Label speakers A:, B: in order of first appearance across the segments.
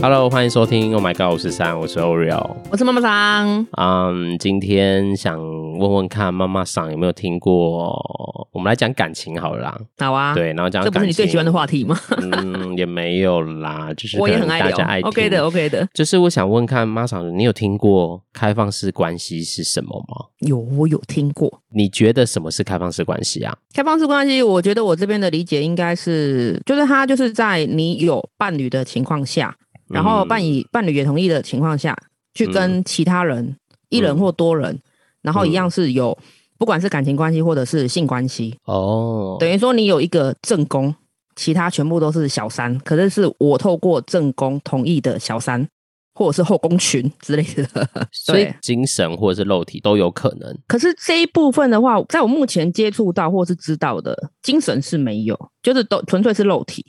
A: Hello，欢迎收听 Oh My God 五十三，我是 Oreo。
B: 我是妈妈桑，
A: 嗯、今天想问问看妈妈桑有没有听过？我们来讲感情好了啦。
B: 好啊，，
A: 对，然后讲
B: 这不是
A: 感
B: 你
A: 情
B: 最喜欢的话题吗？
A: 嗯， 也没有啦，就是
B: 我也
A: 可
B: 很
A: 能
B: 爱
A: 大
B: 聊
A: 家爱听
B: ，OK 的，OK 的，
A: 就是我想问看妈桑，你有听过开放式关系是什么吗？
B: 有我有听过
A: 你觉得什么是开放式关系啊？
B: 开放式关系，我觉得我这边的理解应该是，就是他就是在你有伴侣的情况下，然后伴
A: 嗯
B: 侣伴侣也同意的情况下，去跟其他人一人
A: 嗯
B: 或多人，然后一样是有。不管是感情关系或者是性关系，
A: 哦，
B: 等于说你有一个正宫，其他全部都是小三，可是是我透过正宫同意的小三，或者是后宫群之类的。
A: 所以
B: 对
A: 精神或者是肉体都有可能。
B: 可是这一部分的话，在我目前接触到或是知道的，精神是没有，就是都纯粹是肉体，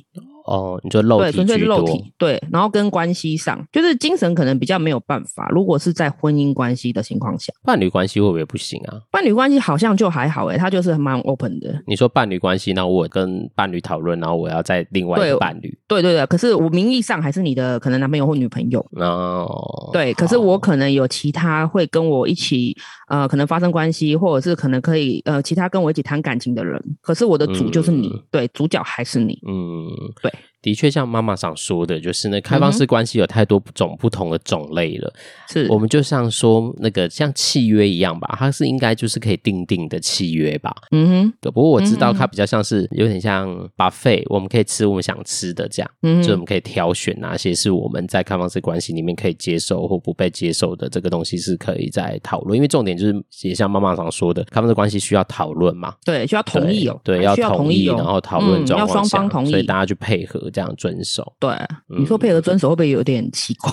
A: 哦，你说肉
B: 对，
A: 体
B: 纯粹是
A: 居
B: 肉
A: 多，
B: 体，对，然后跟关系上，就是精神可能比较没有办法。如果是在婚姻关系的情况下，
A: 伴侣关系会不会不行啊？
B: 伴侣关系好像就还好、欸，诶，他就是蛮 open 的，
A: 你说伴侣关系，那我跟伴侣讨论，然后我要再另外一个
B: 对
A: 伴侣，
B: 对对对。可是我名义上还是你的可能男朋友或女朋友，
A: 哦，
B: 对，可是我
A: 好
B: 可能有其他会跟我一起，呃，可能发生关系，或者是可能可以，呃，其他跟我一起谈感情的人，可是我的主就是你，
A: 嗯
B: 对，主角还是你，
A: 嗯，
B: 对，嗯
A: 的确像妈妈想说的，就是那开放式关系有太多种不同的种类了。
B: 是
A: 我们就像说那个像契约一样吧，它是应该就是可以定定的契约吧。
B: 嗯哼，
A: 对，不过我知道
B: 嗯
A: 它比较像是有点像 buffet，我们可以吃我们想吃的这样。
B: 嗯
A: 就我
B: 哼，
A: 们可以挑选哪些是我们在开放式关系里面可以接受或不被接受的这个东西是可以再讨论，因为重点就是也像妈妈常说的，开放式关系需要讨论嘛，
B: 对，需要同意哦，
A: 对，对
B: 还
A: 要
B: 需要同
A: 意，
B: 哦，
A: 然后讨论
B: 嗯
A: 状
B: 要
A: 况
B: 双
A: 下，
B: 方同
A: 所以
B: 意
A: 大，家去配合这样遵守，
B: 对，你说
A: 嗯
B: 配合遵守会不会有点奇怪？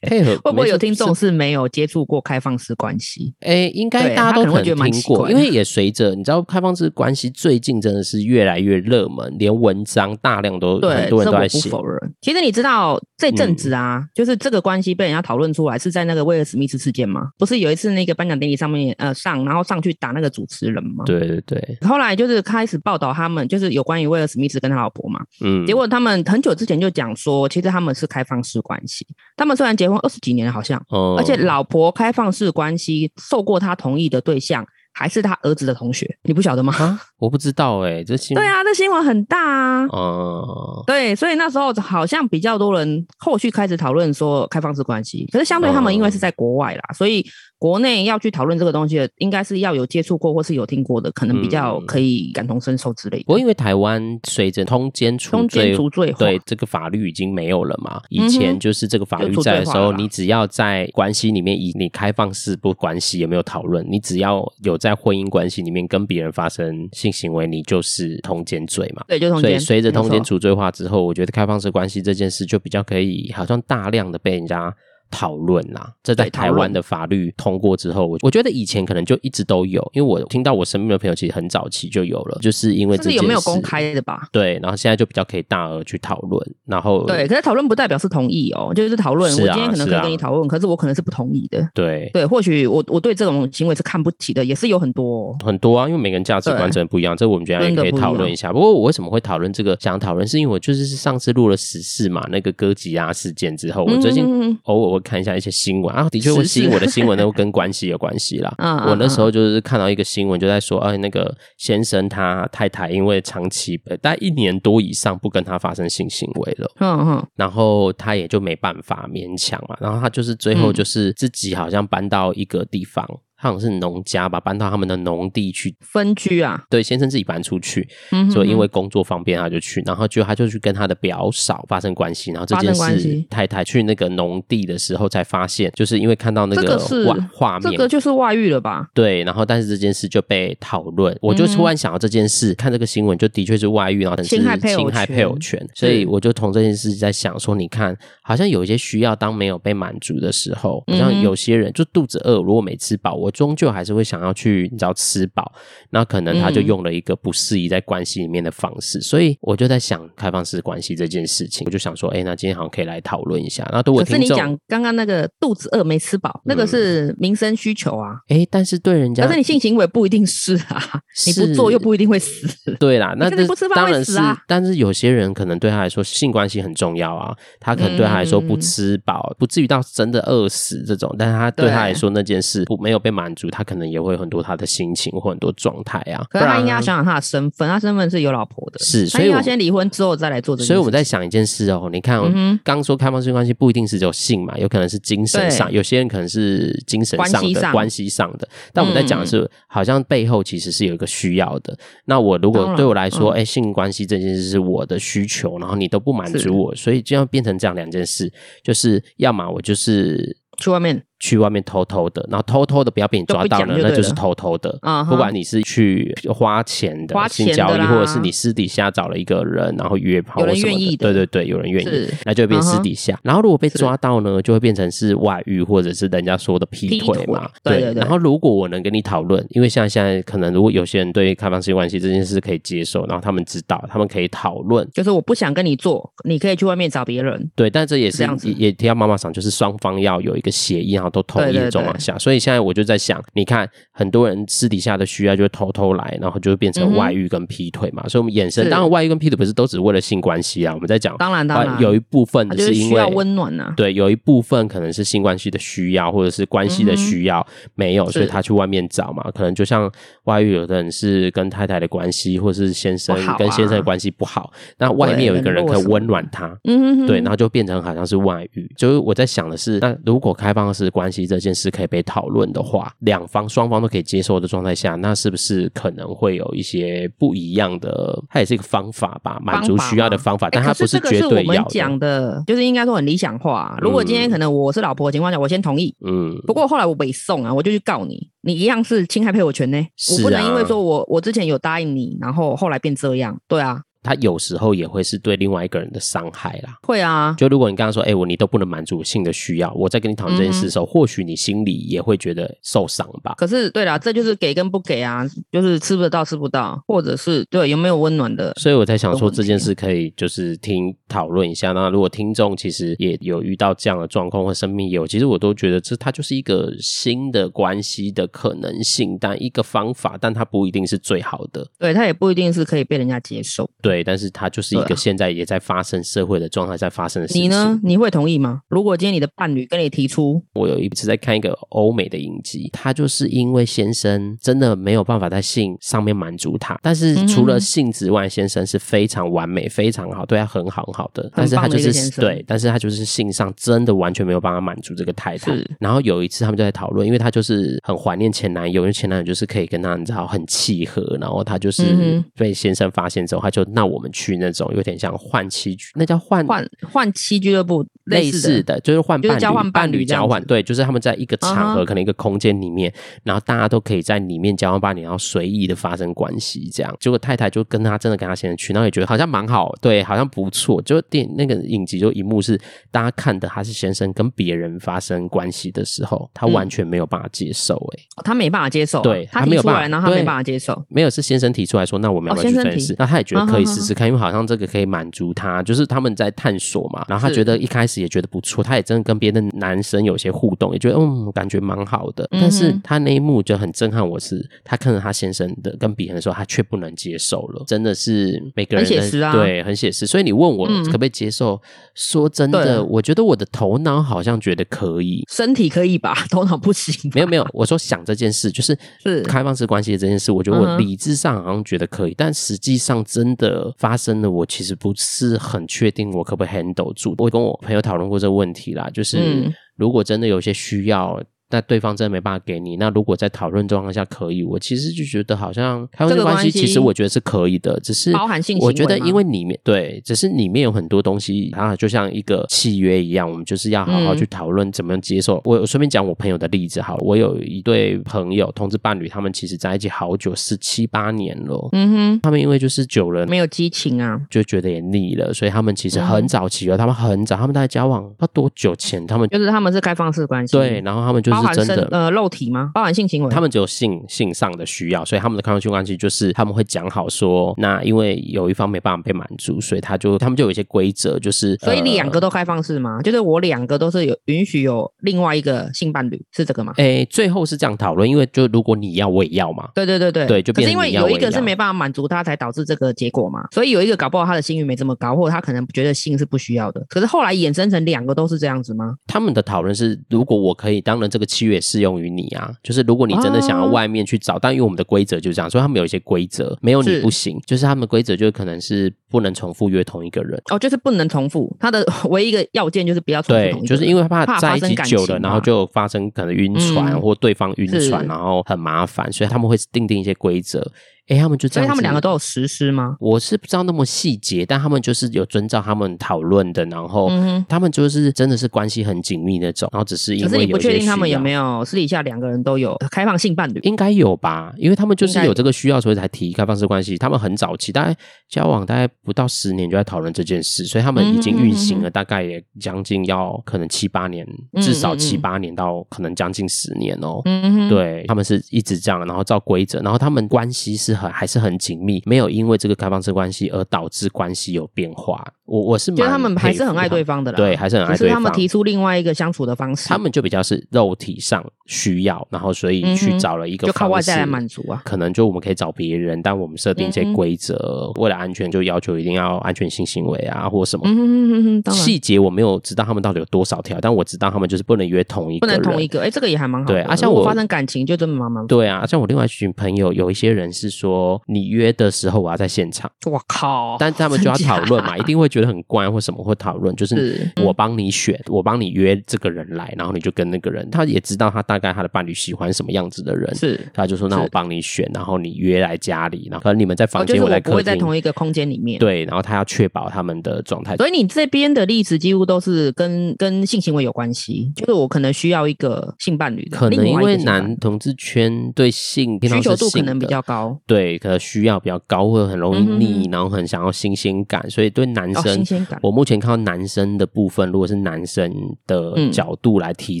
A: 配合
B: 会不
A: 没
B: 会
A: 事
B: 有听众
A: 是
B: 是没有接触过开放式关系？
A: 哎，应该
B: 对
A: 大家
B: 他
A: 都
B: 可能会觉得
A: 能
B: 蛮
A: 听
B: 奇
A: 过，
B: 怪
A: 因为也随着你知道开放式关系最近真的是越来越热门，连文章大量都很
B: 对，
A: 多人
B: 这
A: 都在
B: 我不
A: 写，嗯
B: 否认。其实你知道这阵子啊，就是这个关系被人家讨论出来，是在那个威尔史密斯事件吗？不是有一次那个颁奖典礼上面，呃，上然后上去打那个主持人吗？
A: 对对对，
B: 后来就是开始报道他们，就是有关于威尔史密斯跟他老婆嘛。
A: 嗯，
B: 结果他们很久之前就讲说，其实他们是开放式关系。他们虽然结婚二十几年了，好像，
A: 嗯，
B: 而且老婆开放式关系，受过他同意的对象还是他儿子的同学，你不晓得吗？
A: 啊，我不知道哎，这新
B: 对啊，这新闻很大啊。
A: 哦，
B: 对，所以那时候好像比较多人后续开始讨论说开放式关系，可是相对他们因为是在国外啦，所以国内要去讨论这个东西的，应该是要有接触过或是有听过的，可能比较
A: 嗯
B: 可以感同身受之类
A: 不过
B: 的。
A: 因为台湾随着通奸除
B: 通奸
A: 罪
B: 除罪化
A: 对这个法律已经没有了嘛，以
B: 嗯哼
A: 前就是这个法律
B: 就除罪
A: 在的时候，
B: 化了
A: 你只要在关系里面以你开放式不关系有没有讨论，你只要有在婚姻关系里面跟别人发生性行为，你就是通奸罪嘛。
B: 对，就通
A: 所以
B: 奸。
A: 随着通
B: 没
A: 奸
B: 错
A: 除罪化之后，我觉得开放式关系这件事就比较可以，好像大量的被人家。讨论啦，这在
B: 对讨
A: 台湾
B: 论
A: 的法律通过之后，我我觉得以前可能就一直都有，因为我听到我身边的朋友其实很早期就有了，就是因为
B: 就
A: 这
B: 是有
A: 件
B: 没有
A: 事
B: 公开的吧？
A: 对，然后现在就比较可以大额去讨论，然后
B: 对，可是讨论不代表是同意哦，就是讨论。
A: 是
B: 我
A: 啊
B: 今天可能可
A: 是啊
B: 以跟你讨论，可是我可能是不同意的。
A: 对
B: 对，或许我我对这种行为是看不起的，也是有很多、哦。
A: 很多啊，因为每个人价值观
B: 对
A: 真的不一样，这我们觉得也
B: 真的
A: 可以
B: 不一
A: 讨论
B: 样
A: 一下。不过我为什么会讨论这个？想讨论是因为我就是上次录了时事嘛，那个哥吉拉事件之后，我最近
B: 嗯嗯嗯嗯
A: 偶尔会看一下一些新闻啊，的确会
B: 时事
A: 吸引我的新闻都跟关系有关系啦。
B: 嗯嗯
A: 我那时候就是看到一个新闻，就在说，哎，那个先生他太太因为长期呃大概一年多以上不跟他发生性行为了。
B: 嗯嗯，
A: 然后他也就没办法勉强嘛，然后他就是最后
B: 嗯
A: 就是自己好像搬到一个地方，他好像是农家吧，搬到他们的农地去。
B: 分居啊，
A: 对，先生自己搬出去，
B: 嗯哼
A: 所以因
B: 哼
A: 为工作方便，他就去，然后就他就去跟他的表嫂发生关系，然后这
B: 发
A: 件
B: 生关
A: 事
B: 系
A: 太太去那个农地的时候才发现，就是因为看到那
B: 这个是
A: 画画面
B: 这，个就是外遇了吧？
A: 对，然后但是这件事就被讨论，我就
B: 嗯哼
A: 突然想到这件事，看这个新闻就的确是外遇，然后但是
B: 侵害配偶
A: 侵害
B: 权
A: 配偶权，所以
B: 是
A: 我就从这件事在想说，你看，好像有一些需要当没有被满足的时候，好像
B: 嗯哼
A: 有些人就肚子饿，如果没吃饱，我我终究还是会想要去，你知道吃饱。那可能他就
B: 嗯
A: 用了一个不适宜在关系里面的方式，所以我就在想开放式关系这件事情，我就想说，哎，那今天好像可以来讨论一下。那对我
B: 可是
A: 听
B: 你
A: 众，
B: 讲刚刚那个肚子饿没吃饱，那个是民生需求啊，
A: 哎，但是对人家
B: 可是你性行为不一定是啊，你不
A: 是
B: 做又不一定会死。
A: 对啦，那
B: 可能
A: 这
B: 不吃饭
A: 当
B: 会
A: 然
B: 死
A: 是
B: 啊，
A: 但是有些人可能对他来说性关系很重要啊，他可能对他来说不
B: 嗯
A: 吃饱，不至于到真的饿死这种，但是他对
B: 对
A: 他来说那件事不没有被满足，他可能也会有很多他的心情或很多状态啊。
B: 可是
A: 不
B: 他
A: 然
B: 应该要想想他的身份，他身份是有老婆的，
A: 是
B: 他
A: 所以
B: 应该
A: 我
B: 要先离婚之后再来做这件事。
A: 所以我们在想一件事哦，你看哦、
B: 嗯哼
A: 刚说开放性关系不一定是只有性嘛，有可能是精神上，有些人可能是精神上
B: 关系
A: 的
B: 上嗯
A: 关系上的。但我们在讲的是，好像背后其实是有一个需要的。那我如
B: 当
A: 果
B: 然嗯
A: 对我来说，哎、性关系这件事是我的需求，然后你都不满
B: 是
A: 足我，所以就要变成这样两件事，就是要么我就是。
B: 去外面
A: 去外面偷偷的，然后偷偷的不要被你抓到
B: 就不
A: 呢，
B: 讲就
A: 那
B: 对
A: 就是
B: 了
A: 偷偷的。
B: 啊哈
A: 不管你是去花钱的
B: 花
A: 性
B: 钱的
A: 交易，
B: 啦
A: 或者是你私底下找了一个人，然后约炮或
B: 有人
A: 什么
B: 愿意
A: 对
B: 的
A: 对对，有人愿意
B: 是，啊
A: 那就会变私底下。然后如果被
B: 是
A: 抓到呢，就会变成是外遇或者是人家说的劈
B: 劈
A: 腿嘛。
B: 腿对对对
A: 然后如果我能跟你讨论，因为像现在可能如果有些人对开放性关系这件事可以接受，然后他们知道，他们可以讨论。
B: 就是我不想跟你做，你可以去外面找别人。
A: 对，但这也是
B: 这样子
A: 也也提到妈妈桑，就是双方要有一个协议，然后都同意
B: 对对
A: 的状况下。所以现在我就在想，你看很多人私底下的需要就会偷偷来，然后就会变
B: 嗯
A: 成
B: 哼
A: 外遇跟劈腿嘛。所以我们衍生，
B: 是
A: 当然外遇跟劈腿不是都只为了性关系啊，我们在讲
B: 当然当然，
A: 有一部分
B: 他就
A: 的是因
B: 需
A: 为
B: 要。温暖呐、
A: 对，有一部分可能是性关系的需要，或者是关系的需要、没有，所以
B: 嗯是
A: 他去外面找嘛。可能就像外遇，有的人是跟太太的关系，或是先生
B: 不好啊
A: 跟先生的关系不好，那外面
B: 对
A: 有一个人
B: 冷落
A: 可以
B: 什么
A: 温暖他，
B: 嗯哼哼，
A: 对，然后就变成好像是外遇。就是我在想的是，那如果开放式关系这件事可以被讨论的话，两方双方都可以接受的状态下，那是不是可能会有一些不一样的？它也是一个方法吧，满足需要的方法，
B: 哎
A: 但它
B: 可
A: 不
B: 是这个
A: 绝
B: 我
A: 对
B: 们
A: 要的。
B: 讲的，就是应该说很理想化啊、如果今天可能我是老婆的情况下，我先同意，
A: 嗯，
B: 不过后来我被送啊，我就去告你，你一样是侵害配偶权呢、
A: 是
B: 我不能因为
A: 啊
B: 说我我之前有答应你，然后后来变这样，对啊，
A: 它有时候也会是对另外一个人的伤害啦。
B: 会啊，
A: 就如果你刚刚说，哎、我你都不能满足我性的需要，我在跟你讨论这件事
B: 嗯
A: 的时候，或许你心里也会觉得受伤吧。
B: 可是对啦，这就是给跟不给啊，就是吃不得到吃不到，或者是对有没有温暖的，
A: 所以我在想
B: 的
A: 说
B: 问
A: 这件
B: 题
A: 事可以就是听讨论一下。那如果听众其实也有遇到这样的状况或生命也有，其实我都觉得这它就是一个新的关系的可能性，但一个方法，但它不一定是最好的。
B: 对他也不一定是可以被人家接受。
A: 对，但是它就是一
B: 对
A: 个
B: 啊
A: 现在也在发生社会的状态在发生的事情。
B: 你呢？你会同意吗？如果今天你的伴侣跟你提出，
A: 我有一次在看一个欧美的影集，他就是因为先生真的没有办法在性上面满足他，但是
B: 嗯哼
A: 除了性之外，先生是非常完美、非常好，对他很好很好的，但是他就
B: 很棒的一个先
A: 是
B: 生
A: 对，但是他就是性上真的完全没有办法满足这个太太。然后有一次他们就在讨论，因为他就是很怀念前男友，因为前男友就是可以跟他你知道很契合，然后他就是
B: 嗯
A: 被先生发现之后，他就那我们去那种有点像换妻局，那叫换
B: 换换妻俱乐部
A: 类
B: 似
A: 似
B: 的，
A: 的，就是换
B: 就是
A: 伴侣，
B: 交换伴侣这样
A: 交换，
B: 子
A: 对，就是他们在一个场合
B: 啊哈
A: 可能一个空间里面，然后大家都可以在里面交换伴侣，然后随意的发生关系这样。结果太太就跟他真的跟他先生去，然后也觉得好像蛮好，对，好像不错。就电那个影集就一幕是大家看的他是先生跟别人发生关系的时候，他
B: 嗯
A: 完全没有办法接受、欸，哎、
B: 哦他没办法接受啊、
A: 对
B: 他
A: 他没
B: 提
A: 有
B: 出
A: 办法
B: 来，然后他没
A: 对
B: 办法接受。
A: 没有是先生提出来说，那我们要不
B: 哦
A: 要去
B: 先
A: 这
B: 生
A: 件
B: 提
A: 事？那他也觉得
B: 啊哈
A: 可以
B: 哈
A: 试试看，因为好像这个可以满足他，就是他们在探索嘛。然后他
B: 是
A: 觉得一开始也觉得不错，他也真的跟别的男生有些互动，也觉得嗯感觉蛮好的。
B: 嗯哼
A: 但是他那一幕就很震撼我是，他看着他先生的跟别人的时候，他却不能接受了，真的是每个人
B: 很写
A: 的
B: 实啊
A: 对，很写实。所以你问我
B: 嗯
A: 可不可以接受？说真的，
B: 对
A: 我觉得我的头脑好像觉得可以。
B: 身体可以吧， 头脑不行吧。
A: 没有没有，我说想这件事就是
B: 是
A: 开放式关系的这件事，我觉得
B: 嗯
A: 我
B: 哼
A: 理智上好像觉得可以，但实际上真的发生了，我其实不是很确定我可不可以 handle 住。我跟我朋友讨论过这个问题啦，就是、
B: 嗯
A: 如果真的有些需要。那对方真的没办法给你，那如果在讨论状况下可以，我其实就觉得好像开放式
B: 这个
A: 关系，
B: 关系
A: 其实我觉得是可以的，只是
B: 包含性行为
A: 我觉得
B: 吗
A: 因为里面对，只是里面有很多东西，啊，就像一个契约一样，我们就是要好好
B: 嗯
A: 去讨论怎么样接受。我我顺便讲我朋友的例子好了，我有一对朋友同志伴侣，他们其实在一起好久，十七八年了，
B: 嗯
A: 他们因为就是久了
B: 哼，没有激情啊，
A: 就觉得也腻了，所以他们其实很
B: 嗯
A: 早期了，他们很早，他们大概交往不知道多久前，他们
B: 就是他们是开放式关系，
A: 对，，然后他们就是
B: 包含
A: 真
B: 身
A: 的。
B: 呃肉体吗？包含性行为？
A: 他们只有性性上的需要，所以他们的开放性关系就是他们会讲好说，那因为有一方没办法被满足，所以他就他们就有一些规则，就是
B: 所以
A: 呃
B: 两个都开放式吗？就是我两个都是有允许有另外一个性伴侣，是这个吗？
A: 诶，最后是这样讨论，因为就如果你要，我也要嘛。
B: 对对对对，
A: 对就
B: 可
A: 变成
B: 是因为
A: 你要
B: 有一
A: 我
B: 个
A: 也
B: 是
A: 要
B: 没办法满足他，才导致这个结果嘛。所以有一个搞不好他的性欲没这么高，或者他可能觉得性是不需要的。可是后来衍生成两个都是这样子吗？
A: 他们的讨论是，如果我可以，当然这个契约也适用于你啊。就是如果你真的想要
B: 哦
A: 外面去找，但因为我们的规则就是这样，所以他们有一些规则，没有你
B: 是
A: 不行。就是他们的规则就可能是不能重复约同一个人。
B: 哦，就是不能重复，他的唯一一个要件就是不要重复
A: 对
B: 同一，个
A: 就是
B: 人
A: 因为怕
B: 怕
A: 在
B: 发
A: 一
B: 生
A: 起
B: 感
A: 久
B: 情
A: 了，然后
B: 嘛
A: 就有发生可能晕船、
B: 嗯
A: 或对方晕
B: 是
A: 船，然后很麻烦，所以他们会定定一些规则。诶，他们就这
B: 所以
A: 样，
B: 他们两个都有实施吗？
A: 我是不知道那么细节，但他们就是有遵照他们讨论的，然后
B: 嗯哼
A: 他们就是真的是关系很紧密那种，然后只是因
B: 可是
A: 为
B: 你不
A: 有一些
B: 确定他们
A: 需
B: 有
A: 要
B: 没有私底下两个人都有开放性伴侣，
A: 应该有吧，因为他们就是
B: 应该
A: 有
B: 有
A: 这个需要，所以才提开放式关系。他们很早期，大概交往大概不到十年就在讨论这件事，所以他们已经运行了大概也将近要可能七八年，
B: 嗯
A: 至少
B: 嗯
A: 七
B: 嗯
A: 八年到可能将近十年哦。
B: 嗯哼，
A: 对他们是一直这样，然后照规则，然后他们关系是很还是很紧密，没有因为这个开放式关系而导致关系有变化。我我是
B: 觉得
A: 蛮
B: 他们
A: 佩
B: 还是
A: 服
B: 很
A: 他
B: 爱
A: 们
B: 对方的啦。
A: 对，还是很爱
B: 只
A: 对方。
B: 是他们提出另外一个相处的方式，
A: 他们就比较是肉体上需要，然后所以
B: 嗯
A: 去
B: 哼
A: 找了一个
B: 就靠
A: 方
B: 外在
A: 式
B: 来满足啊。
A: 可能就我们可以找别人，但我们设定一些
B: 嗯哼
A: 规则，为了安全就要求一定要安全性行为啊，或什么。
B: 嗯哼哼哼哼，当然
A: 细节我没有知道他们到底有多少条，但我知道他们就是不能约同一
B: 不
A: 个人。
B: 能同一个，哎，这个也还蛮好的。
A: 对啊像
B: 如果
A: 我
B: 发生感情就真的蛮蛮。
A: 对啊，像我另外一群朋友，有一些人是说你约的时候我要在现场，
B: 我靠！
A: 但他们就要
B: 哦真假
A: 讨论嘛，一定会觉得很怪或什么会讨论，就是
B: 是嗯
A: 我帮你选，我帮你约这个人来，然后你就跟那个人，他也知道他大概他的伴侣喜欢什么样子的人，
B: 是，
A: 他就说那
B: 是
A: 我帮你选，然后你约来家里，然后可能你们在
B: 哦，
A: 房
B: 就
A: 间，
B: 是
A: 在
B: 我不
A: 客
B: 会在
A: 厅，
B: 同一个空间里面。，
A: 对，然后他要确保他们的状态。
B: 所以你这边的例子几乎都是跟跟性行为有关系，就是我可能需要一个性伴侣的，
A: 可能
B: 另
A: 因
B: 外一个
A: 为
B: 性伴侣
A: 男同志圈对性平常
B: 需求
A: 是
B: 度可
A: 性
B: 能比
A: 的
B: 较高，
A: 对，可能需要比较高，会很容易
B: 嗯哼
A: 腻，然后很想要新鲜感，所以对男
B: 哦，
A: 生
B: 新，鲜感。
A: 我目前看到男生的部分，如果是男生的
B: 嗯
A: 角度来提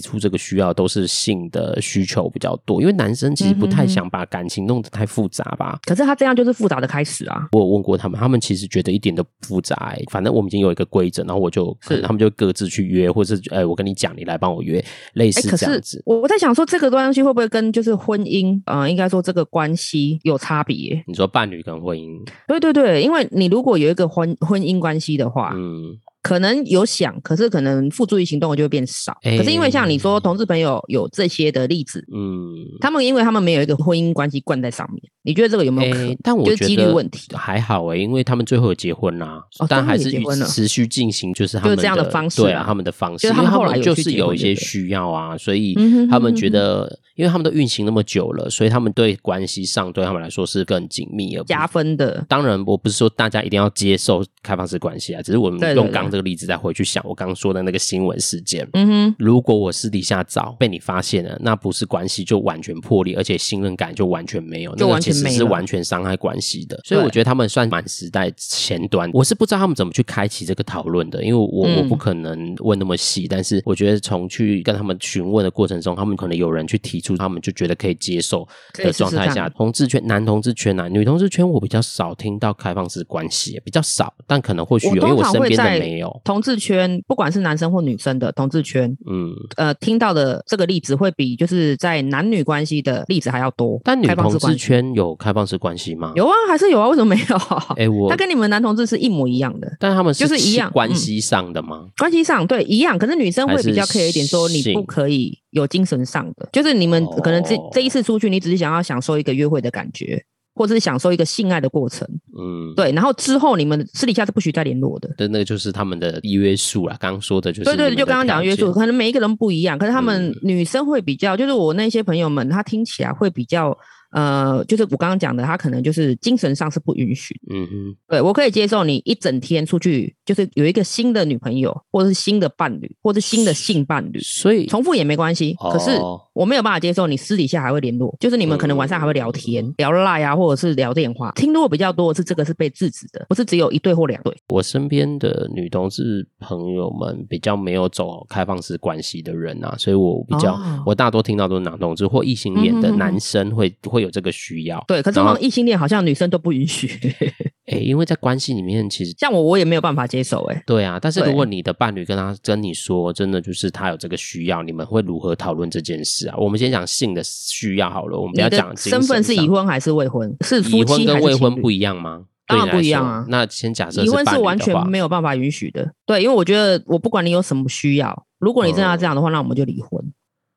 A: 出这个需要，都是性的需求比较多，因为男生其实不太
B: 嗯哼哼
A: 想把感情弄得太复杂吧。
B: 可是他这样就是复杂的开始啊，
A: 我有问过他们，他们其实觉得一点都不复杂、欸，反正我们已经有一个规则，然后我就是可能他们就各自去约，或者是哎、我跟你讲，你来帮我约，类
B: 哎，
A: 似
B: 可
A: 这样
B: 是
A: 子。
B: 我在想说，这个东西会不会跟就是婚姻，呃，应该说这个关系有差别？
A: 你说伴侣跟婚姻，
B: 对对对，因为你如果有一个婚婚姻关系的话，
A: 嗯，
B: 可能有想，可是可能付诸于行动的就会变少。
A: 哎
B: 可是因为像你说，同志朋友有这些的例子，
A: 嗯，
B: 他们因为他们没有一个婚姻关系灌在上面，你觉得这个有没有可能？
A: 诶哎但我
B: 就是
A: 觉
B: 几率
A: 得
B: 问题
A: 还好诶、因为他们最后有结婚啦、
B: 哦
A: 但
B: 他们
A: 还
B: 也
A: 是
B: 结
A: 与
B: 婚了
A: 持续进行，就是他们
B: 就是这样
A: 的
B: 的方式
A: 对啊
B: 啦，
A: 他们的方式，
B: 就是
A: 因
B: 他
A: 为
B: 们
A: 他
B: 后来
A: 们
B: 有
A: 就
B: 去
A: 是
B: 结
A: 有
B: 婚
A: 一
B: 就
A: 些
B: 对
A: 需要啊，所以
B: 嗯哼
A: 他们
B: 哼
A: 觉
B: 哼
A: 得，因为他们都运行那么久了，所以他们对关系上对他们来说是更紧密，而不是
B: 加分的，
A: 当然，我不是说大家一定要接受开放式关系啊，只是我们
B: 对对
A: 用
B: 对
A: 刚刚这个例子再回去想我刚刚说的那个新闻事件。
B: 嗯哼，
A: 如果我私底下找被你发现了，那不是关系就完全破裂，而且信任感就完全没有，那
B: 就
A: 个
B: 完全
A: 其实
B: 没
A: 是
B: 了
A: 完全伤害关系的。所以
B: 对
A: 我觉得他们算蛮时代前端。我是不知道他们怎么去开启这个讨论的，因为我、
B: 嗯
A: 我不可能问那么细，但是我觉得从去跟他们询问的过程中，他们可能有人去提出，他们就觉得可以接受
B: 可以
A: 的
B: 试
A: 状
B: 试
A: 态
B: 看
A: 下，同志圈、男同志圈啊、女同志圈，我比较少听到开放式关系，比较少，但可能或许
B: 我
A: 有，因为
B: 通
A: 我
B: 常
A: 身
B: 会
A: 边的
B: 在
A: 没有。
B: 同志圈，不管是男生或女生的同志圈，
A: 嗯，
B: 呃，听到的这个例子会比就是在男女关系的例子还要多。
A: 但女
B: 开放
A: 同
B: 式
A: 志
B: 关系
A: 圈有开放式关系吗？
B: 有啊，还是有啊，为什么没有？
A: 哎、我
B: 他跟你们男同志是一模一样的。
A: 但他们
B: 就是一样嗯
A: 关系上的吗？
B: 关系上对一样，可是女生会
A: 还是
B: 比较 care 一点，说你不
A: 性
B: 可以有精神上的，就是你们可能这、
A: 哦
B: 这一次出去，你只是想要享受一个约会的感觉，或者是享受一个性爱的过程，
A: 嗯，
B: 对。然后之后你们私底下是不许再联络的，
A: 对，那个就是他们的约束啦。刚刚说的就是
B: 对对，
A: 你们的
B: 就刚刚讲的约
A: 条
B: 束，
A: 件，
B: 可能每一个人不一样，可是他们
A: 嗯
B: 女生会比较，就是我那些朋友们，她听起来会比较呃，就是我刚刚讲的，他可能就是精神上是不允许。
A: 嗯哼，
B: 对我可以接受你一整天出去，就是有一个新的女朋友，或者是新的伴侣，或者是新的性伴侣，
A: 所以
B: 重复也没关系。可是
A: 哦
B: 我没有办法接受你私底下还会联络，就是你们可能晚上还会
A: 嗯
B: 聊天、聊赖啊，或者是聊电话。听多比较多的是这个是被制止的，不是只有一对或两对。
A: 我身边的女同志朋友们比较没有走开放式关系的人啊，所以我比较、
B: 哦嗯
A: 我大多听到都是男同志或异性恋的男生会、会有这个需要。
B: 对，可是
A: 然
B: 我
A: 后
B: 们异性恋好像女生都不允许，
A: 诶，因为在关系里面其实。
B: 像我我也没有办法接受、欸。哎，
A: 对啊，但是如
B: 对
A: 果你的伴侣跟他跟你说，真的就是他有这个需要，你们会如何讨论这件事啊？我们先讲性的需要好了，我们不要
B: 你
A: 讲
B: 的
A: 精
B: 身份是
A: 神
B: 已
A: 上
B: 婚还是未婚？是夫
A: 已婚
B: 妻还
A: 跟
B: 是
A: 未
B: 情
A: 婚
B: 侣
A: 不一样吗？
B: 当然
A: 对你来
B: 不一样
A: 说
B: 啊
A: 那先假设
B: 离婚
A: 伴
B: 是
A: 侣
B: 完
A: 的
B: 全
A: 话
B: 没有办法允许的。对，因为我觉得我不管你有什么需要，如果你真的要这样的话，那我们就离婚。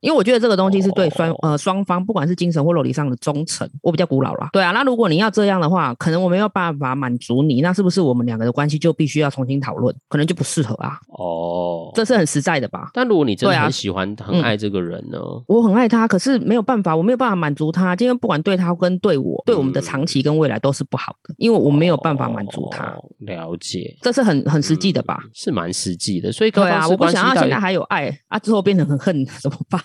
B: 因为我觉得这个东西是
A: 哦
B: 对双、呃双方，不管是精神或肉体上的忠诚，我比较古老啦。对啊，那如果你要这样的话，可能我没有办法满足你，那是不是我们两个的关系就必须要重新讨论？可能就不适合啊，
A: 哦。
B: 这是很实在的吧？
A: 但如果你真的
B: 对啊
A: 很喜欢、很
B: 嗯
A: 爱这个人呢？
B: 我很爱他，可是没有办法，我没有办法满足他。今天不管对他跟对我，对我们的长期跟未来都是不好的，因为我没有办法满足他，
A: 哦了解，
B: 这是很很实际的吧？
A: 是蛮实际的。所以开
B: 对
A: 放
B: 啊，
A: 式
B: 我不
A: 关系
B: 想要
A: 到
B: 现
A: 底
B: 在还有爱啊，之后变成很恨 怎么办？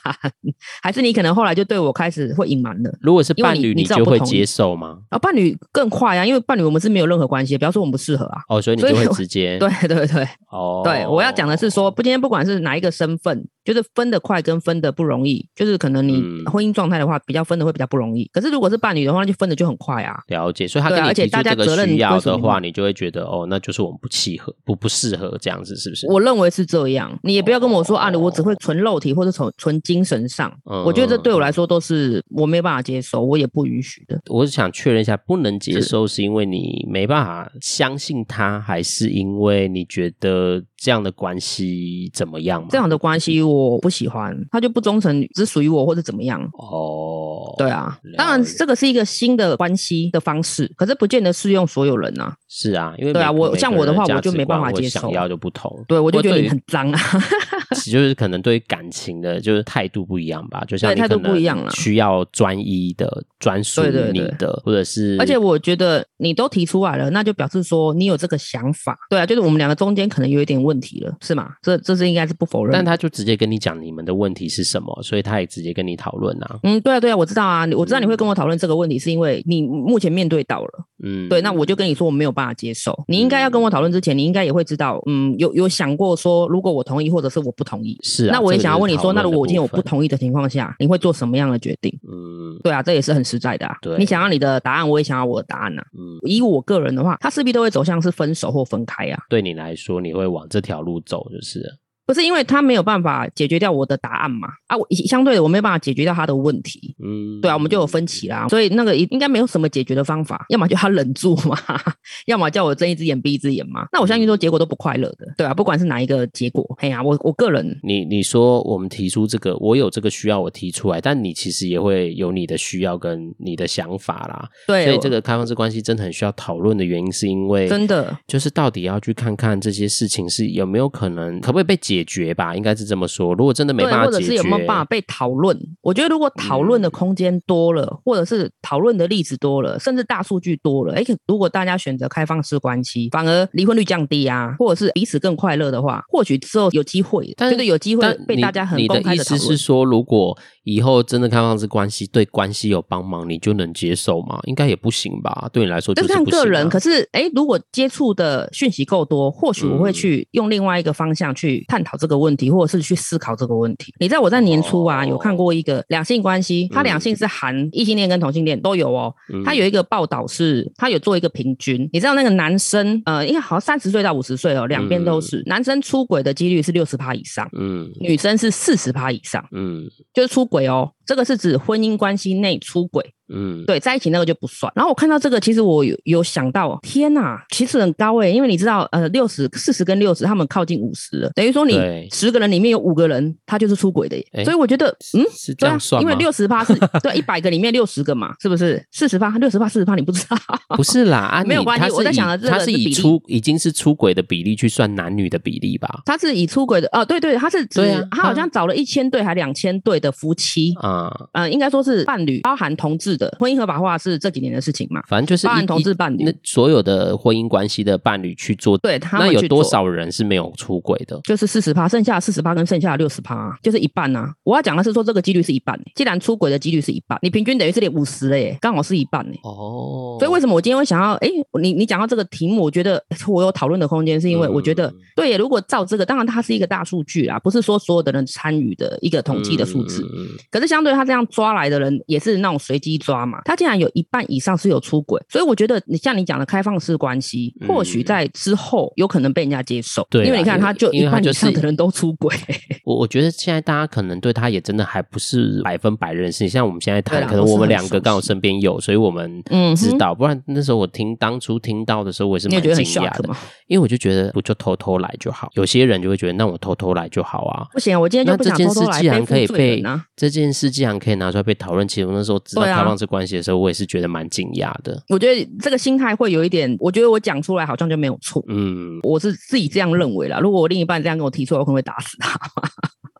B: 还是你可能后来就对我开始会隐瞒了
A: 如果是
B: 因为
A: 伴
B: 你
A: 侣，
B: 你
A: 你
B: 知道
A: 就
B: 不
A: 会
B: 同意
A: 接受吗？
B: 啊？伴侣更快啊，因为伴侣我们是没有任何关系的，不要说我们不适合啊。
A: 哦，所以你
B: 所以
A: 就会
B: 我
A: 直接
B: 对 对对
A: 哦。
B: 对，我要讲的是说，不，今天不管是哪一个身份，就是分得快跟分得不容易，就是可能
A: 嗯
B: 你婚姻状态的话，比较分的会比较不容易。可是如果是伴侣的话，那就分的就很快啊。
A: 了解，所以他
B: 对
A: 跟
B: 啊
A: 你
B: 而且
A: 提出
B: 大家
A: 这
B: 责
A: 个
B: 任
A: 需
B: 归
A: 要
B: 属
A: 的
B: 于
A: 话，
B: 你
A: 你就会觉得哦，那就是我们不契合，不不适合这样子，是不哦是？
B: 我认为是这样，你也不要跟我说啊，我只会纯肉体或者纯纯精神上，
A: 嗯
B: 我觉得这对我来说都是我没有办法接受，我也不允许的。
A: 我是想确认一下，不能接
B: 是
A: 受是因为你没办法相信他，还是因为你觉得这样的关系怎么样吗？
B: 这样的关
A: 嗯
B: 系我不喜欢，他就不忠诚，只属于我或者怎么样。
A: 哦，
B: 对，啊
A: 了解，
B: 当然这个是一个新的关系的方式，可是不见得适用所有人啊。
A: 是啊，因为
B: 对啊
A: 每
B: 我
A: 每个
B: 像
A: 人
B: 我的话
A: 价
B: 我就
A: 值
B: 没办
A: 观
B: 法
A: 或
B: 接
A: 想
B: 受啊
A: 要就不同，
B: 对我就觉得
A: 对
B: 你很脏 啊，
A: 就是可能对于感情的，就是态度不一样吧，就像
B: 对
A: 你
B: 态度
A: 可能
B: 不一样啦啊
A: 需要专一的、专属于
B: 对对
A: 你
B: 对
A: 的，或者是
B: 而且我觉得你都提出来了，那就表示说你有这个想法。对啊，就是我们两个中间可能有一点问题了，是吗？这这是应该是不否认的。
A: 但他就直接跟你讲你们的问题是什么，所以他也直接跟你讨论啊，
B: 嗯，对啊，对啊，我知道啊，你我知道你会跟我讨论这个问题，是因为你目前面对到了。
A: 嗯，
B: 对，那我就跟你说我没有办法接受。你应该要跟我讨论之前，你应该也会知道，嗯，有有想过说，如果我同意或者是我不同意，
A: 是啊，
B: 那我也想要问你说，那如果我今天我不
A: 同，
B: 同意的情况下，你会做什么样的决定？
A: 嗯
B: 对啊，这也是很实在的啊。
A: 对
B: 你想要你的答案，我也想要我的答案呐、啊。
A: 嗯，
B: 以我个人的话，他势必都会走向是分手或分开啊，
A: 对你来说，你会往这条路走，就是了
B: 不是因为他没有办法解决掉我的答案嘛？啊，我相对的我没有办法解决掉他的问题，
A: 嗯，
B: 对啊，我们就有分歧啦，所以那个应该没有什么解决的方法，要么就他忍住嘛，要么叫我睁一只眼闭一只眼嘛。那我
A: 嗯
B: 相信说结果都不快乐的，对啊，不管是哪一个结果，哎呀、我我个人
A: 你你说我们提出这个，我有这个需要，我提出来，但你其实也会有你的需要跟你的想法啦。
B: 对
A: 所以这
B: 个
A: 个开放式关系真的很需要讨论的原因，是因为
B: 真的
A: 就是到底要去看看这些事情是有没有可能，可不可以被解决吧？应该是这么说。如果真的没
B: 对，
A: 办
B: 或
A: 法
B: 者
A: 解
B: 是
A: 决，嗯
B: 有没有办法被讨论？我觉得如果讨论的空间多了，或者是讨论的例子多了，甚至大数据多了，而且如果大家选择开放式关系，反而离婚率降低啊，或者是彼此更快乐的话，或许之后有机会，
A: 但
B: 就是有机会
A: 但
B: 被
A: 你
B: 大家很
A: 你的
B: 公开
A: 意
B: 地讨
A: 思是
B: 论。
A: 说，如果以后真的开放式关系对关系有帮忙，你就能接受吗？应该也不行吧？对你来说就
B: 就是是看
A: 不行啊
B: 个人，可是哎，诶如果接触的讯息够多，或许我会
A: 嗯
B: 去用另外一个方向去探讨这个问题，或者是去思考这个问题。你在我在年初啊，
A: 哦
B: 有看过一个两性关系，它
A: 嗯
B: 两性是含异性恋跟同性恋都有哦。它有一个报道是，它有做一个平均，你知道那个男生呃，应该好像三十岁到五十岁哦，两边都是，男生出轨的几率是六十趴以上，
A: 嗯
B: 女生是四十趴以上，
A: 嗯
B: 就是出轨哦。这个是指婚姻关系内出轨，
A: 嗯
B: 对，在一起那个就不算。然后我看到这个，其实我有有想到，天呐，其实很高诶、因为你知道，呃，六十、四十跟六十，他们靠近五十了，等于说你
A: 对
B: 十个人里面有五个人他就是出轨的耶、
A: 诶
B: 所以我觉得，
A: 是
B: 嗯，
A: 是这
B: 对
A: 样
B: 啊
A: 算，
B: 因
A: 吗？
B: 为六十 趴是对一百个里面六十个嘛，是不是？四十趴、六十趴、四十趴，你不知道。
A: 不是啦，啊，
B: 没有
A: 你
B: 关系
A: 他是
B: 我在
A: 以
B: 想的这
A: 他
B: 个
A: 是
B: 是
A: 以
B: 比例
A: 出已经是出轨的比例去算男女的比例吧？
B: 他是以出轨的，哦，对对，他是指、
A: 对啊
B: 他好像找了一千对还两千对的夫妻，
A: 啊、啊，
B: 呃，应该说是伴侣，包含同志的婚姻合法化是这几年的事情嘛？
A: 反正就是
B: 包含
A: 一
B: 同志伴侣
A: 那所有的婚姻关系的伴侣去做。
B: 对他们
A: 那有
B: 去
A: 多
B: 做
A: 少人是没有出轨的？
B: 就是四十趴，剩下四十趴跟剩下的六十趴，就是一半呐、啊。我要讲的是说，这个几率是一半、欸，既然出轨的几率是一半，你平均等于是连五十了耶，刚好是一半呢、欸
A: 哦，
B: 所以为什么我今天会想要？哎、你你讲到这个题目，我觉得 我有讨论的空间，是因为我觉得、
A: 嗯
B: 对耶。如果照这个，当然它是一个大数据啊啦，不是说所有的人参与的一个统计的数字。
A: 嗯嗯嗯
B: 可是相对他这样抓来的人，也是那种随机抓嘛，他竟然有一半以上是有出轨，所以我觉得你像你讲的开放式关系，
A: 嗯
B: 或许在之后有可能被人家接受，
A: 对啊
B: 因为你看
A: 因为
B: 他就
A: 因
B: 一
A: 为他
B: 半
A: 就
B: 以
A: 是
B: 上的人都出 轨，
A: 我我觉得现在大家可能对他也真的还不是百分百认识。像我们现在
B: 对
A: 谈，
B: 啦
A: 可能我们两
B: 不是
A: 个
B: 很熟悉
A: 刚好身边有，所以我们
B: 嗯哼
A: 知道。不然那时候我听当初听到的时候，我也是
B: 你
A: 蛮
B: 也觉
A: 惊
B: 得
A: 讶
B: 很 shock
A: 啊的
B: 吗，？
A: 因为我就觉得不就偷偷来就好。有些人就会觉得，那我偷偷来就好啊。
B: 不行，我今天就
A: 那
B: 不
A: 这
B: 想
A: 件
B: 偷
A: 事
B: 偷来
A: 既然
B: 背
A: 可以
B: 负罪
A: 被
B: 人啊。
A: 这件事既然可以拿出来被讨论，其实我那时候知道
B: 对啊
A: 开放式关系的时候，我也是觉得蛮惊讶的。
B: 我觉得这个心态会有一点，我觉得我讲出来好像就没有错，
A: 嗯，
B: 我是自己这样认为啦。如果我另一半这样跟我提出来，我可能会打死他。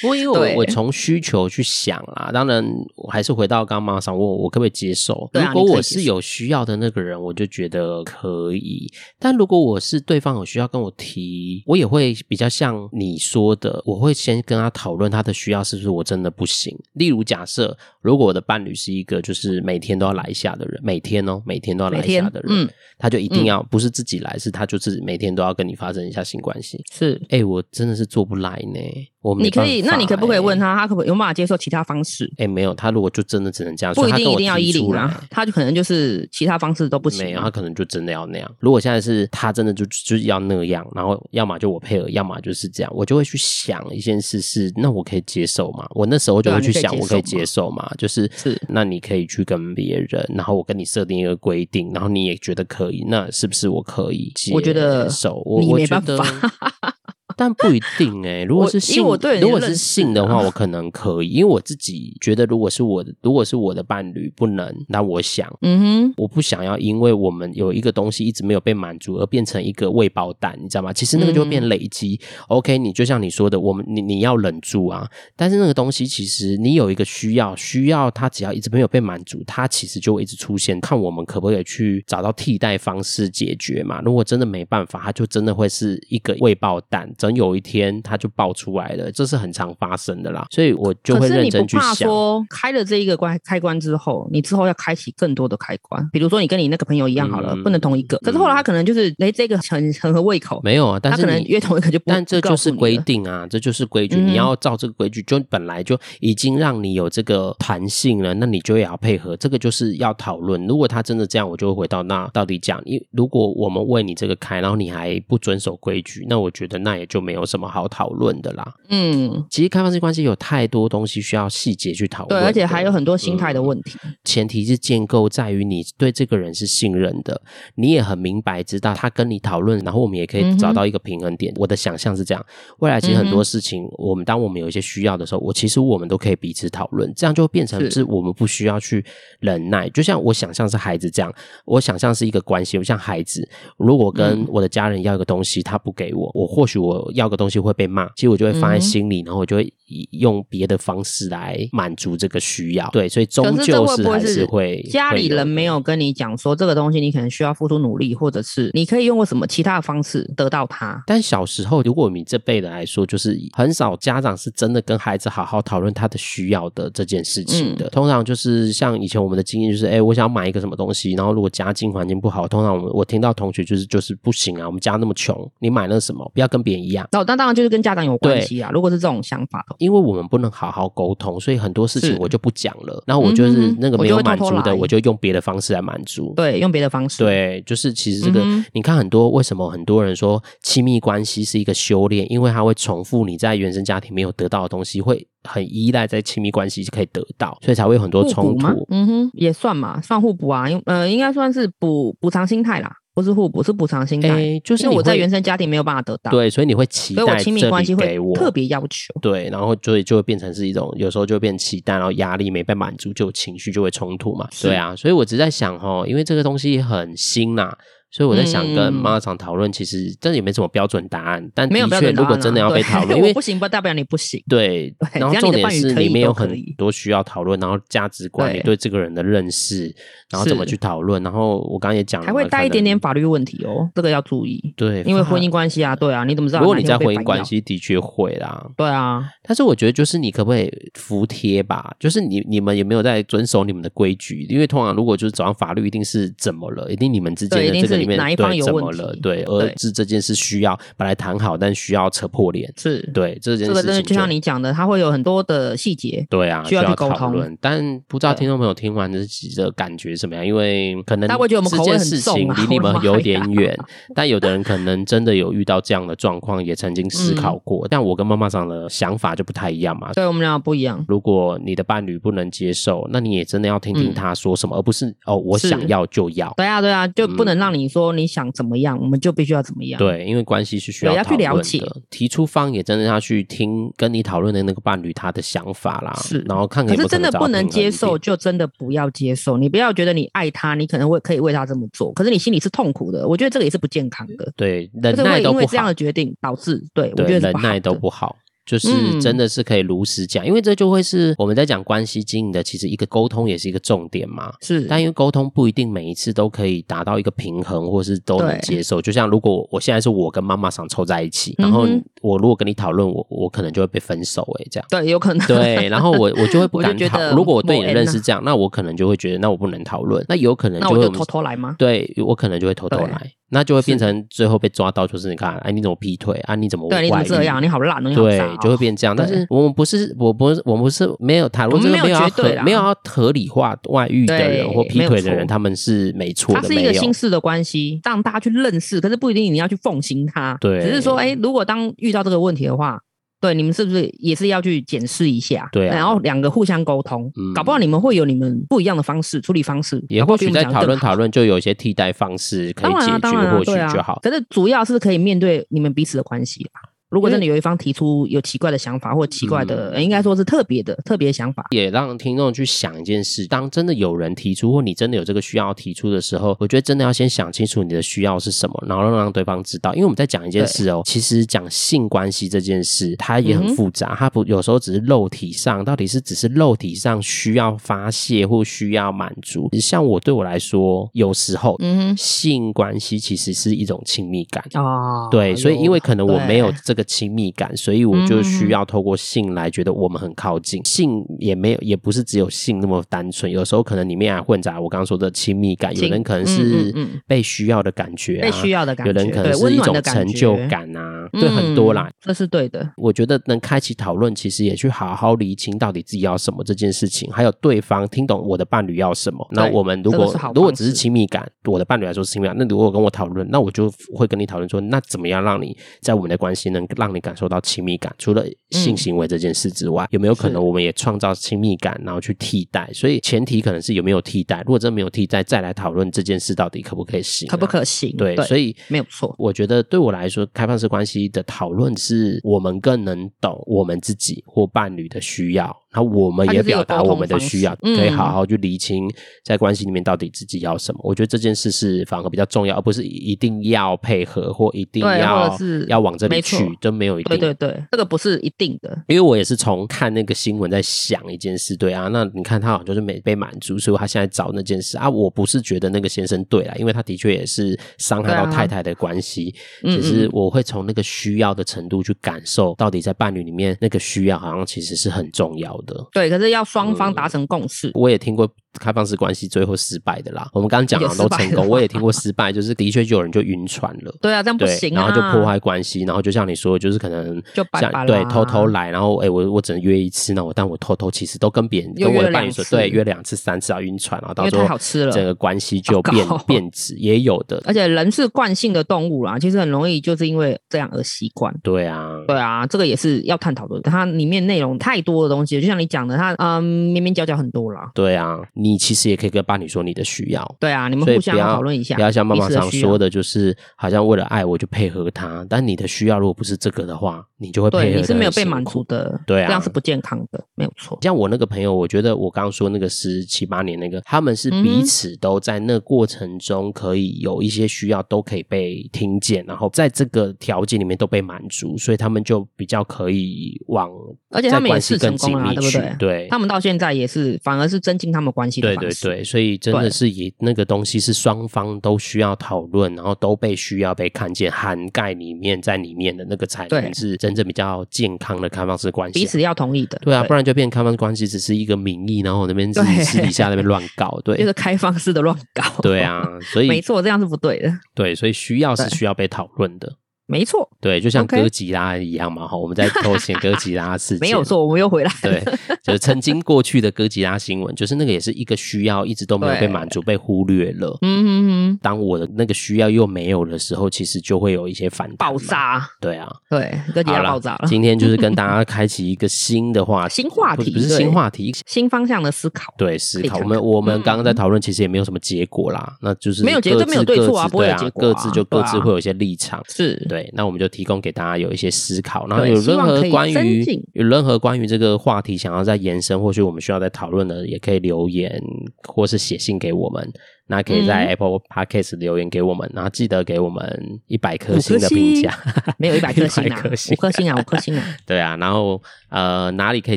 A: 不过因为
B: 对
A: 我我从需求去想啦，当然我还是回到刚刚妈妈想问我，我可不可以接受？
B: 对啊
A: 如
B: 你
A: 果
B: 可以
A: 我
B: 接
A: 是
B: 受
A: 有需要的那个人，我就觉得可以；但如果我是对方有需要跟我提，我也会比较像你说的，我会先跟他讨论他的需要是不是我真的不行。例如假设，如果我的伴侣是一个就是每天都要来一下的人，每天哦，每天都要来
B: 每
A: 一下
B: 天
A: 的，人，
B: 嗯，
A: 他就一定
B: 嗯
A: 要、不是自己来，是他就是每天都要跟你发生一下性关系。
B: 是。
A: 哎、我真的是做不来呢。我没
B: 你可以，
A: 办法
B: 那你可不可以
A: 欸
B: 问？他，他可不有没有办法接受其他方式？
A: 哎、没有，他如果就真的只能这样，
B: 不
A: 所以
B: 一
A: 他
B: 定
A: 跟
B: 一
A: 我
B: 定要
A: 提
B: 一零
A: 出来
B: 啊，他就可能就是其他方式都不
A: 没
B: 行、
A: 有，
B: 啊
A: 他。可能就真的要那样。如果现在是他真的就就是要那样，然后要么就我配合，要么就是这样，我就会去想一件事是，那我可以接受吗？我那时候就
B: 对啊
A: 会去
B: 你可以
A: 想，
B: 接
A: 我可以
B: 受吗
A: 接受吗？就是
B: 是
A: 那你可以去跟别人，然后我跟你设定一个规定，然后你也觉得可以，那是不是我可以接
B: 我觉得
A: 受？我
B: 你
A: 我
B: 没
A: 觉
B: 办
A: 得
B: 法
A: 但不一定哎、如果
B: 我
A: 是
B: 因
A: 性，
B: 为我对你的
A: 如果是
B: 认识
A: 性的话，
B: 啊
A: 我可能可以，因为我自己觉得，如果是我的，如果是我的伴侣不能，那我想
B: 嗯哼，
A: 我不想要，因为我们有一个东西一直没有被满足，而变成一个未爆弹，你知道吗？其实那个就会
B: 嗯
A: 变累积。OK，你就像你说的，我们你你要忍住啊，但是那个东西其实你有一个需要，需要它只要一直没有被满足，它其实就会一直出现。看我们可不可以去找到替代方式解决嘛？如果真的没办法，它就真的会是一个未爆弹，等有一天它就爆出来了，这是很常发生的啦。所以我就
B: 可
A: 会
B: 是
A: 认
B: 你不
A: 真去
B: 怕
A: 想。
B: 说开了这一个关开关之后，你之后要开启更多的开关，比如说你跟你那个朋友一样好了，
A: 嗯
B: 不能同一个。可是后来他可能就是哎、诶这个很很合胃口，
A: 没有啊，但
B: 他
A: 是
B: 可能
A: 你
B: 约同一个就不，
A: 但这
B: 不
A: 就
B: 告
A: 是
B: 诉你
A: 规
B: 了。
A: 定啊，这就是规矩，
B: 嗯
A: 你要照这个规矩，就本来就已经让你有这个弹性了，那你就也要配合，这个就是要讨论。如果他真的这样，我就会回到那到底讲，因如果我们为你这个开，然后你还不遵守规矩，那我觉得那也就没有什么好讨论的啦。
B: 嗯，
A: 其实开放式关系有太多东西需要细节去讨
B: 对，
A: 论，
B: 而且还有。很多心态的问题。
A: 前提是建构在于你对这个人是信任的，你也很明白知道他跟你讨论，然后我们也可
B: 嗯
A: 以
B: 哼
A: 找到一个平衡点。我的想象是这样，未来其实很
B: 嗯
A: 多
B: 哼
A: 事情，我们当我们有一些需要的时候，我其实我们都可以彼此讨论，这样就变成
B: 是
A: 是我们不需要去忍耐。就像我想象是孩子这样，我想象是一个关系，我像孩子，如果跟
B: 嗯
A: 我的家人要一个东西，他不给我，我或许我要个东西会被骂，其实我就会放在
B: 嗯哼
A: 心里，然后我就会以用别的方式来满足这个需要。对，所以终
B: 可是这
A: 究
B: 会
A: 是
B: 不
A: 还
B: 会
A: 是
B: 是
A: 会
B: 家里人
A: 有
B: 没有跟你讲说这个东西，你可能需要付出努力，或者是你可以用过什么其他的方式得到它。
A: 但小时候，如果你这辈人来说，就是很少家长是真的跟孩子好好讨论他的需要的这件事情
B: 嗯
A: 的。通常就是像以前我们的经验，就是哎、诶我想要买一个什么东西，然后如果家境环境不好，通常我们我听到同学就是就是不行啊，我们家那么穷，你买那什么，不要跟别人一样。
B: 哦，那当然就是跟家长有关
A: 对
B: 系啊。如果是这种想法的话
A: 因为我们不能好好沟通，所以很多事情
B: 是
A: 我就不讲了。然后我就是
B: 嗯哼
A: 那个没有满足
B: 我就会偷偷
A: 的，
B: 来
A: 我就用别的方式来满足。
B: 对，用别的方式。，
A: 对，就是其实这个，
B: 嗯哼
A: 你看很多为什么很多人说亲密关系是一个修炼，因为它会重复你在原生家庭没有得到的东西，会很依赖在亲密关系可以得到，所以才会有很多
B: 互
A: 冲
B: 补吗
A: 突？。
B: 嗯哼，也算嘛，算互补啊。因呃，应该算是补补偿心态啦，不是互补，是补偿心态。
A: 哎，就是
B: 因为
A: 你
B: 我在
A: 会
B: 原生家庭没有办法得到，，
A: 对，所以你会期
B: 所以我
A: 待
B: 亲密
A: 这
B: 关系
A: 里
B: 会
A: 给我
B: 特别要求。
A: 对，然后所以就会变成是一种，有时候就会变期待，然后压力没被满足，就有情绪就会冲突嘛。
B: 是
A: 对啊，所以我只是在想哦，因为这个东西很新呐、所以我在想跟
B: 嗯
A: 妈妈厂讨论，其实这也没什么标准答案，但
B: 没有
A: 的
B: 标
A: 确
B: 准答
A: 如
B: 案啊、
A: 果真的要被
B: 对
A: 讨论，因
B: 我
A: 为
B: 不行，不代表你不行。
A: 对
B: 对，
A: 然后
B: 只要
A: 重
B: 你
A: 点
B: 的伴侣
A: 是
B: 可
A: 里
B: 以
A: 面有
B: 都可
A: 很
B: 以
A: 多需要讨论，然后价值观，
B: 对
A: 你对这个人的认识，然后怎么
B: 是
A: 去讨论，然后我刚刚也讲了嘛，
B: 还会带一
A: 嗯可能
B: 点点法律问题哦，这个要注意，
A: 对，
B: 因为婚 姻
A: 法。
B: 关系啊，对啊，你怎么知道？
A: 如果你在婚姻关，系的确会啦，
B: 对啊，
A: 但是我觉得就是你可不可以服帖吧？就是你你们有没有在遵守你们的规矩？因为通常如果就是走上法律，一定是怎么了，一定你们之间
B: 对一
A: 的
B: 定
A: 这个
B: 是
A: 里面
B: 哪一方
A: 对
B: 有
A: 怎
B: 问
A: 么了
B: 题
A: 对，而
B: 对
A: 是这件事需要本来谈好，但需要扯破脸，
B: 是
A: 对这件事
B: 这个
A: 情
B: 真的就像你讲的，它会有很多的细节。
A: 对啊，
B: 需要去沟
A: 讨
B: 通
A: 论，但不知道
B: 对
A: 听众朋友听完这集的感觉怎么样？因为可能
B: 大家会觉得我们
A: 这
B: 口味
A: 件
B: 很
A: 事
B: 重
A: 情
B: 啊
A: 离你
B: 我的
A: 们
B: 妈
A: 有
B: 呀
A: 点远，但有的人可能真的有遇到这样的状况，也曾经
B: 嗯
A: 思考过。但我跟妈妈长的想法就不太一样嘛。
B: 对我们俩不一样，
A: 如果你的伴侣不能接受，那你也真的要听听
B: 嗯
A: 他说什么，而不是哦，我
B: 是
A: 想要就要。
B: 对啊，对啊，就
A: 嗯
B: 不能让你说你想怎么样，我们就必须要怎么样。，
A: 对，因为关系是需
B: 对
A: 要
B: 要
A: 讨论
B: 去
A: 的。
B: 了解
A: 提出方也真的要去听跟你讨论的那个伴侣他的想法啦，
B: 是
A: 然后看看
B: 可
A: 有没有
B: 是真的
A: 找到
B: 不能
A: 平衡
B: 接
A: 点
B: 受，就真的不要接受。你不要觉得你爱他，你可能会可以为他这么做，可是你心里是痛苦的。我觉得这个也是不健康的，
A: 对，忍
B: 就是
A: 耐
B: 会
A: 都
B: 因为
A: 不
B: 这样
A: 好
B: 的，决定导致对，我
A: 对，
B: 觉得是不
A: 忍
B: 好
A: 耐都
B: 的嗯
A: 不好。就是真的是可以如实讲，因为这就会是我们在讲关系经营的，其实一个沟通也是一个重点嘛。
B: 是，
A: 但因为沟通不一定每一次都可以达到一个平衡，或是都能
B: 对
A: 接受。就像如果我现在是我跟妈妈想凑在一起，然后
B: 嗯哼
A: 我如果跟你讨论，我我可能就会被分手诶、欸这样。
B: 对，有可能
A: 对，然后我我就会不
B: 我就
A: 敢
B: 觉
A: 讨。
B: 得
A: 如果我对你的
B: 某 N
A: 认
B: 啊
A: 识这样，那我可能就会觉得，那我不能讨论。那有可能
B: 那
A: 就
B: 我
A: 会
B: 就
A: 我们
B: 偷偷来吗？
A: 对我可能就会偷偷
B: 对
A: 来，那就会变
B: 是
A: 成最后被抓到，就是你看，哎，你怎么劈腿啊？你怎么
B: 对，你怎么
A: 外遇
B: 这样？？你好烂哦，你好
A: 对
B: 渣哦，
A: 就会变这样。但
B: 对
A: 是我们不是，我不是，我们不是没有谈论
B: 我
A: 这
B: 们
A: 个，
B: 没有
A: 有要
B: 绝对
A: 合
B: 啦
A: 没有要合理化外遇的人
B: 对
A: 或劈
B: 没有
A: 腿的人，
B: 错
A: 他们是没错
B: 它
A: 的，
B: 是一
A: 没
B: 个
A: 有
B: 新式的关系，让大家去认识，可是不一定你要去奉行它。
A: 对
B: 只是说，哎，如果当遇到这个问题的话，对你们是不是也是要去检视一下？
A: 对啊
B: 然后两个互相沟通，
A: 嗯
B: 搞不好你们会有你们不一样的方式处理方式，
A: 也
B: 搞不
A: 或
B: 好比
A: 许
B: 我们
A: 在
B: 讲得
A: 讨论
B: 更好
A: 讨。论，就有一些替代方式可以
B: 当然
A: 解
B: 啊，
A: 决，
B: 当然啊，
A: 或许
B: 对啊
A: 就好。
B: 可是主要是可以面对你们彼此的关系啦。如果真
A: 嗯
B: 的有一方提出有奇怪的想法或奇怪的，呃应该说是特别的特别想法，
A: 也让听众去想一件事：当真的有人提出，或你真的有这个需要提出的时候，我觉得真的要先想清楚你的需要是什么，然后让对方知道。因为我们在讲一件事哦，其实讲性关系这件事，它也
B: 嗯
A: 很
B: 哼
A: 复杂，它不有时候只是肉体上，到底是只是肉体上需要发泄或需要满足。像我对我来说，有时候、
B: 嗯
A: 性关系其实是一种亲密感。
B: 哼，啊，
A: 对，所以因为可能我
B: 对
A: 没有这个亲密感，所以我就
B: 嗯
A: 需要透过性来觉得我们很靠近。性也没有，也不是只有性那么单纯，有时候可能里面还啊混杂我刚刚说的亲密感，有
B: 亲
A: 人可能
B: 嗯
A: 是
B: 嗯嗯
A: 被需要的感觉、啊，
B: 被需要的感
A: 有
B: 觉，
A: 人可能
B: 对
A: 是
B: 温
A: 一
B: 暖
A: 种
B: 的
A: 成就感啊，对，很多啦
B: 嗯。，这是对的。
A: 我觉得能开启讨论，其实也去好好厘清到底自己要什么这件事情，还有对方听懂我的伴侣要什么。那我们如
B: 这
A: 果
B: 个是好方式
A: 如果只是亲密感，我的伴侣来说是亲密感，那如果跟我讨论，那我就会跟你讨论说，那怎么样让你在我们的关系能让你感受到亲密感？除了性行为这件事之外，有没有可
B: 嗯是
A: 能我们也创造亲密感，然后去替代？所以前提可能是有没有替代，如果真的没有替代，再来讨论这件事到底可不可以行啊、
B: 可不可行？
A: 对，所
B: 以
A: 以
B: 没有错。
A: 我觉得对我来说，开放式关系的讨论是我们更能懂我们自己或伴侣的需要，然后我们
B: 它
A: 也
B: 就是一
A: 表
B: 个
A: 达
B: 沟
A: 我
B: 通
A: 们的需要，
B: 方式
A: 可以
B: 嗯
A: 好好去厘清在关系里面到底自己要什么。我觉得这件事是反而比较重要，而不是一定要配合或一定
B: 对或
A: 要
B: 者是
A: 要往这里
B: 没错
A: 去，就没有一
B: 对
A: 定
B: 对对，这个不是一定的，
A: 因为我也是从看那个新闻在想一件事，对啊，那你看他好像就是没被满足，所以他现在找那件事啊。我不是觉得那个先生对啦，因为他的确也是伤害到
B: 对啊
A: 太太的关系，
B: 嗯
A: 只是我会从那个需要的程度去感受，到底在伴侣里面那个需要好像其实是很重要的。
B: 对。可是要双方
A: 嗯
B: 达成共识，
A: 我也听过开放式关系最后失败的啦，我们刚刚讲的
B: 有
A: 都
B: 失败
A: 成
B: 的
A: 功，
B: 吗
A: 我也听过失败，就是的确就有人就晕船了。
B: 对啊，这样不
A: 对，
B: 行
A: 然
B: 啊，
A: 后就破坏关系，然后就像你说，就是可能
B: 就拜
A: 像
B: 拜
A: 对
B: 啦
A: 偷偷来，然后哎、我我只能约一次，那我但我偷偷其实都跟别人
B: 又
A: 跟我
B: 约
A: 的
B: 了
A: 伴侣
B: 两
A: 说，
B: 次
A: 对，约两次三次啊，晕船，然后到
B: 因为
A: 最后
B: 太好吃了
A: 整个关系就
B: 糟
A: 变
B: 糕
A: 变质，也有的，
B: 而且人是惯性的动物啦，其实很容易就是因为这样而习惯。
A: 对啊，
B: 对啊，这个也是要探讨的，它里面内容太多的东西，就像你讲的，它嗯，面面角角很多啦。
A: 对啊，你其实也可以跟伴侣说你的需要。
B: 对啊，你们
A: 所以
B: 互
A: 不
B: 相
A: 要
B: 讨论一下，
A: 不要像妈妈
B: 彼此的
A: 常
B: 需
A: 说
B: 要，
A: 的，就是好像为了爱我就配合他，但你的需要如果不是这个的话，你就会配合
B: 对，你
A: 得
B: 是
A: 很
B: 没有被
A: 辛
B: 满
A: 苦
B: 足的，
A: 对啊
B: 这样是不健康的，没有错。
A: 像我那个朋友，我觉得我刚刚说那个十七八年那个，他们是
B: 嗯哼
A: 彼此都在那过程中可以有一些需要都可以被听见，然后在这个条件里面都被满足，所以他们就比较可以往
B: 而且他们
A: 在关
B: 也
A: 系
B: 是
A: 更
B: 成
A: 紧
B: 功啦、
A: 密
B: 对不
A: 去
B: 对？
A: 对
B: 他们到现在也是，反而是增进他们关系的
A: 对
B: 方
A: 对
B: 式。
A: 对，所以真的
B: 对
A: 是以那个东西是双方都需要讨论，然后都被需要被看见，涵盖里面在里面的那个才能
B: 对
A: 是真正比较健康的开放式关系啊。
B: 彼此要同意的。
A: 对啊，不然就变开放式关系只是一个名义，然后我那边自己
B: 对
A: 私底下那边乱搞，
B: 就
A: 对
B: 是开放式的乱搞。
A: 对， 啊，所
B: 没
A: 以
B: 错，这样是不对的。
A: 对，所以需要是
B: 对
A: 需要被讨论的，
B: 没错，
A: 对，就像
B: OK
A: 哥吉拉一样嘛，哈，我们在偷闲哥吉拉事件，
B: 没有错，我们又回来了。
A: 对，就是曾经过去的哥吉拉新闻，就是那个也是一个需要，一直都没有被
B: 对
A: 满足，被忽略了。
B: 嗯哼哼，
A: 当我的那个需要又没有的时候，其实就会有一些反弹
B: 爆
A: 嘛，
B: 炸，
A: 对啊，
B: 对，哥吉
A: 好
B: 拉
A: 啦
B: 爆炸了，
A: 今天就是跟大家开启一个新的话题，
B: 新话
A: 不是
B: 题
A: 不是
B: 对
A: 新话题，
B: 新方向的思考。
A: 对，思
B: 可以
A: 考。
B: 看
A: 我们
B: 看
A: 我们
B: 嗯
A: 刚刚在讨论，其实也没有什么结果啦，那就是
B: 没有结
A: 各
B: 这没有
A: 自
B: 对
A: 各
B: 错啊
A: 自
B: 不会
A: 对
B: 有
A: 啊
B: 结，果
A: 各
B: 啊
A: 自就
B: 对
A: 各自
B: 啊
A: 会有一些立场。
B: 是，
A: 对，那我们就提供给大家有一些思考，然后
B: 对
A: 有
B: 希
A: 任
B: 望
A: 何
B: 可以
A: 关于
B: 增进
A: 有任何关于这个话题想要再延伸，或许我们需要再讨论的，也可以留言或是写信给我们。那可以在
B: 嗯
A: Apple Podcast 留言给我们，然后记得给我们一百颗
B: 五
A: 星
B: 颗
A: 的评价。
B: 没有一百颗星
A: 100
B: 啊，
A: 颗星
B: 五颗星啊，五颗星啊，
A: 对啊，然后呃，哪里可以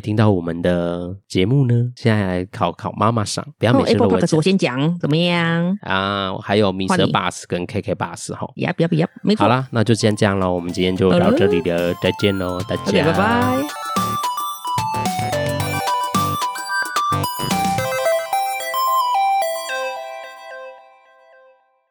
A: 听到我们的节目呢？现在来考考妈妈上， 不要
B: 哦
A: 每次都
B: ，Apple
A: 我
B: Podcast
A: 讲
B: 我先讲怎么样？
A: 啊、还有 Mr.
B: 换你
A: Bus 跟 KK Bus 哈。
B: 呀呀呀，没错
A: 好，啦，那就先这样喽，我们今天就到这里了，再见喽，大
B: ，OK，
A: 家，
B: 拜拜。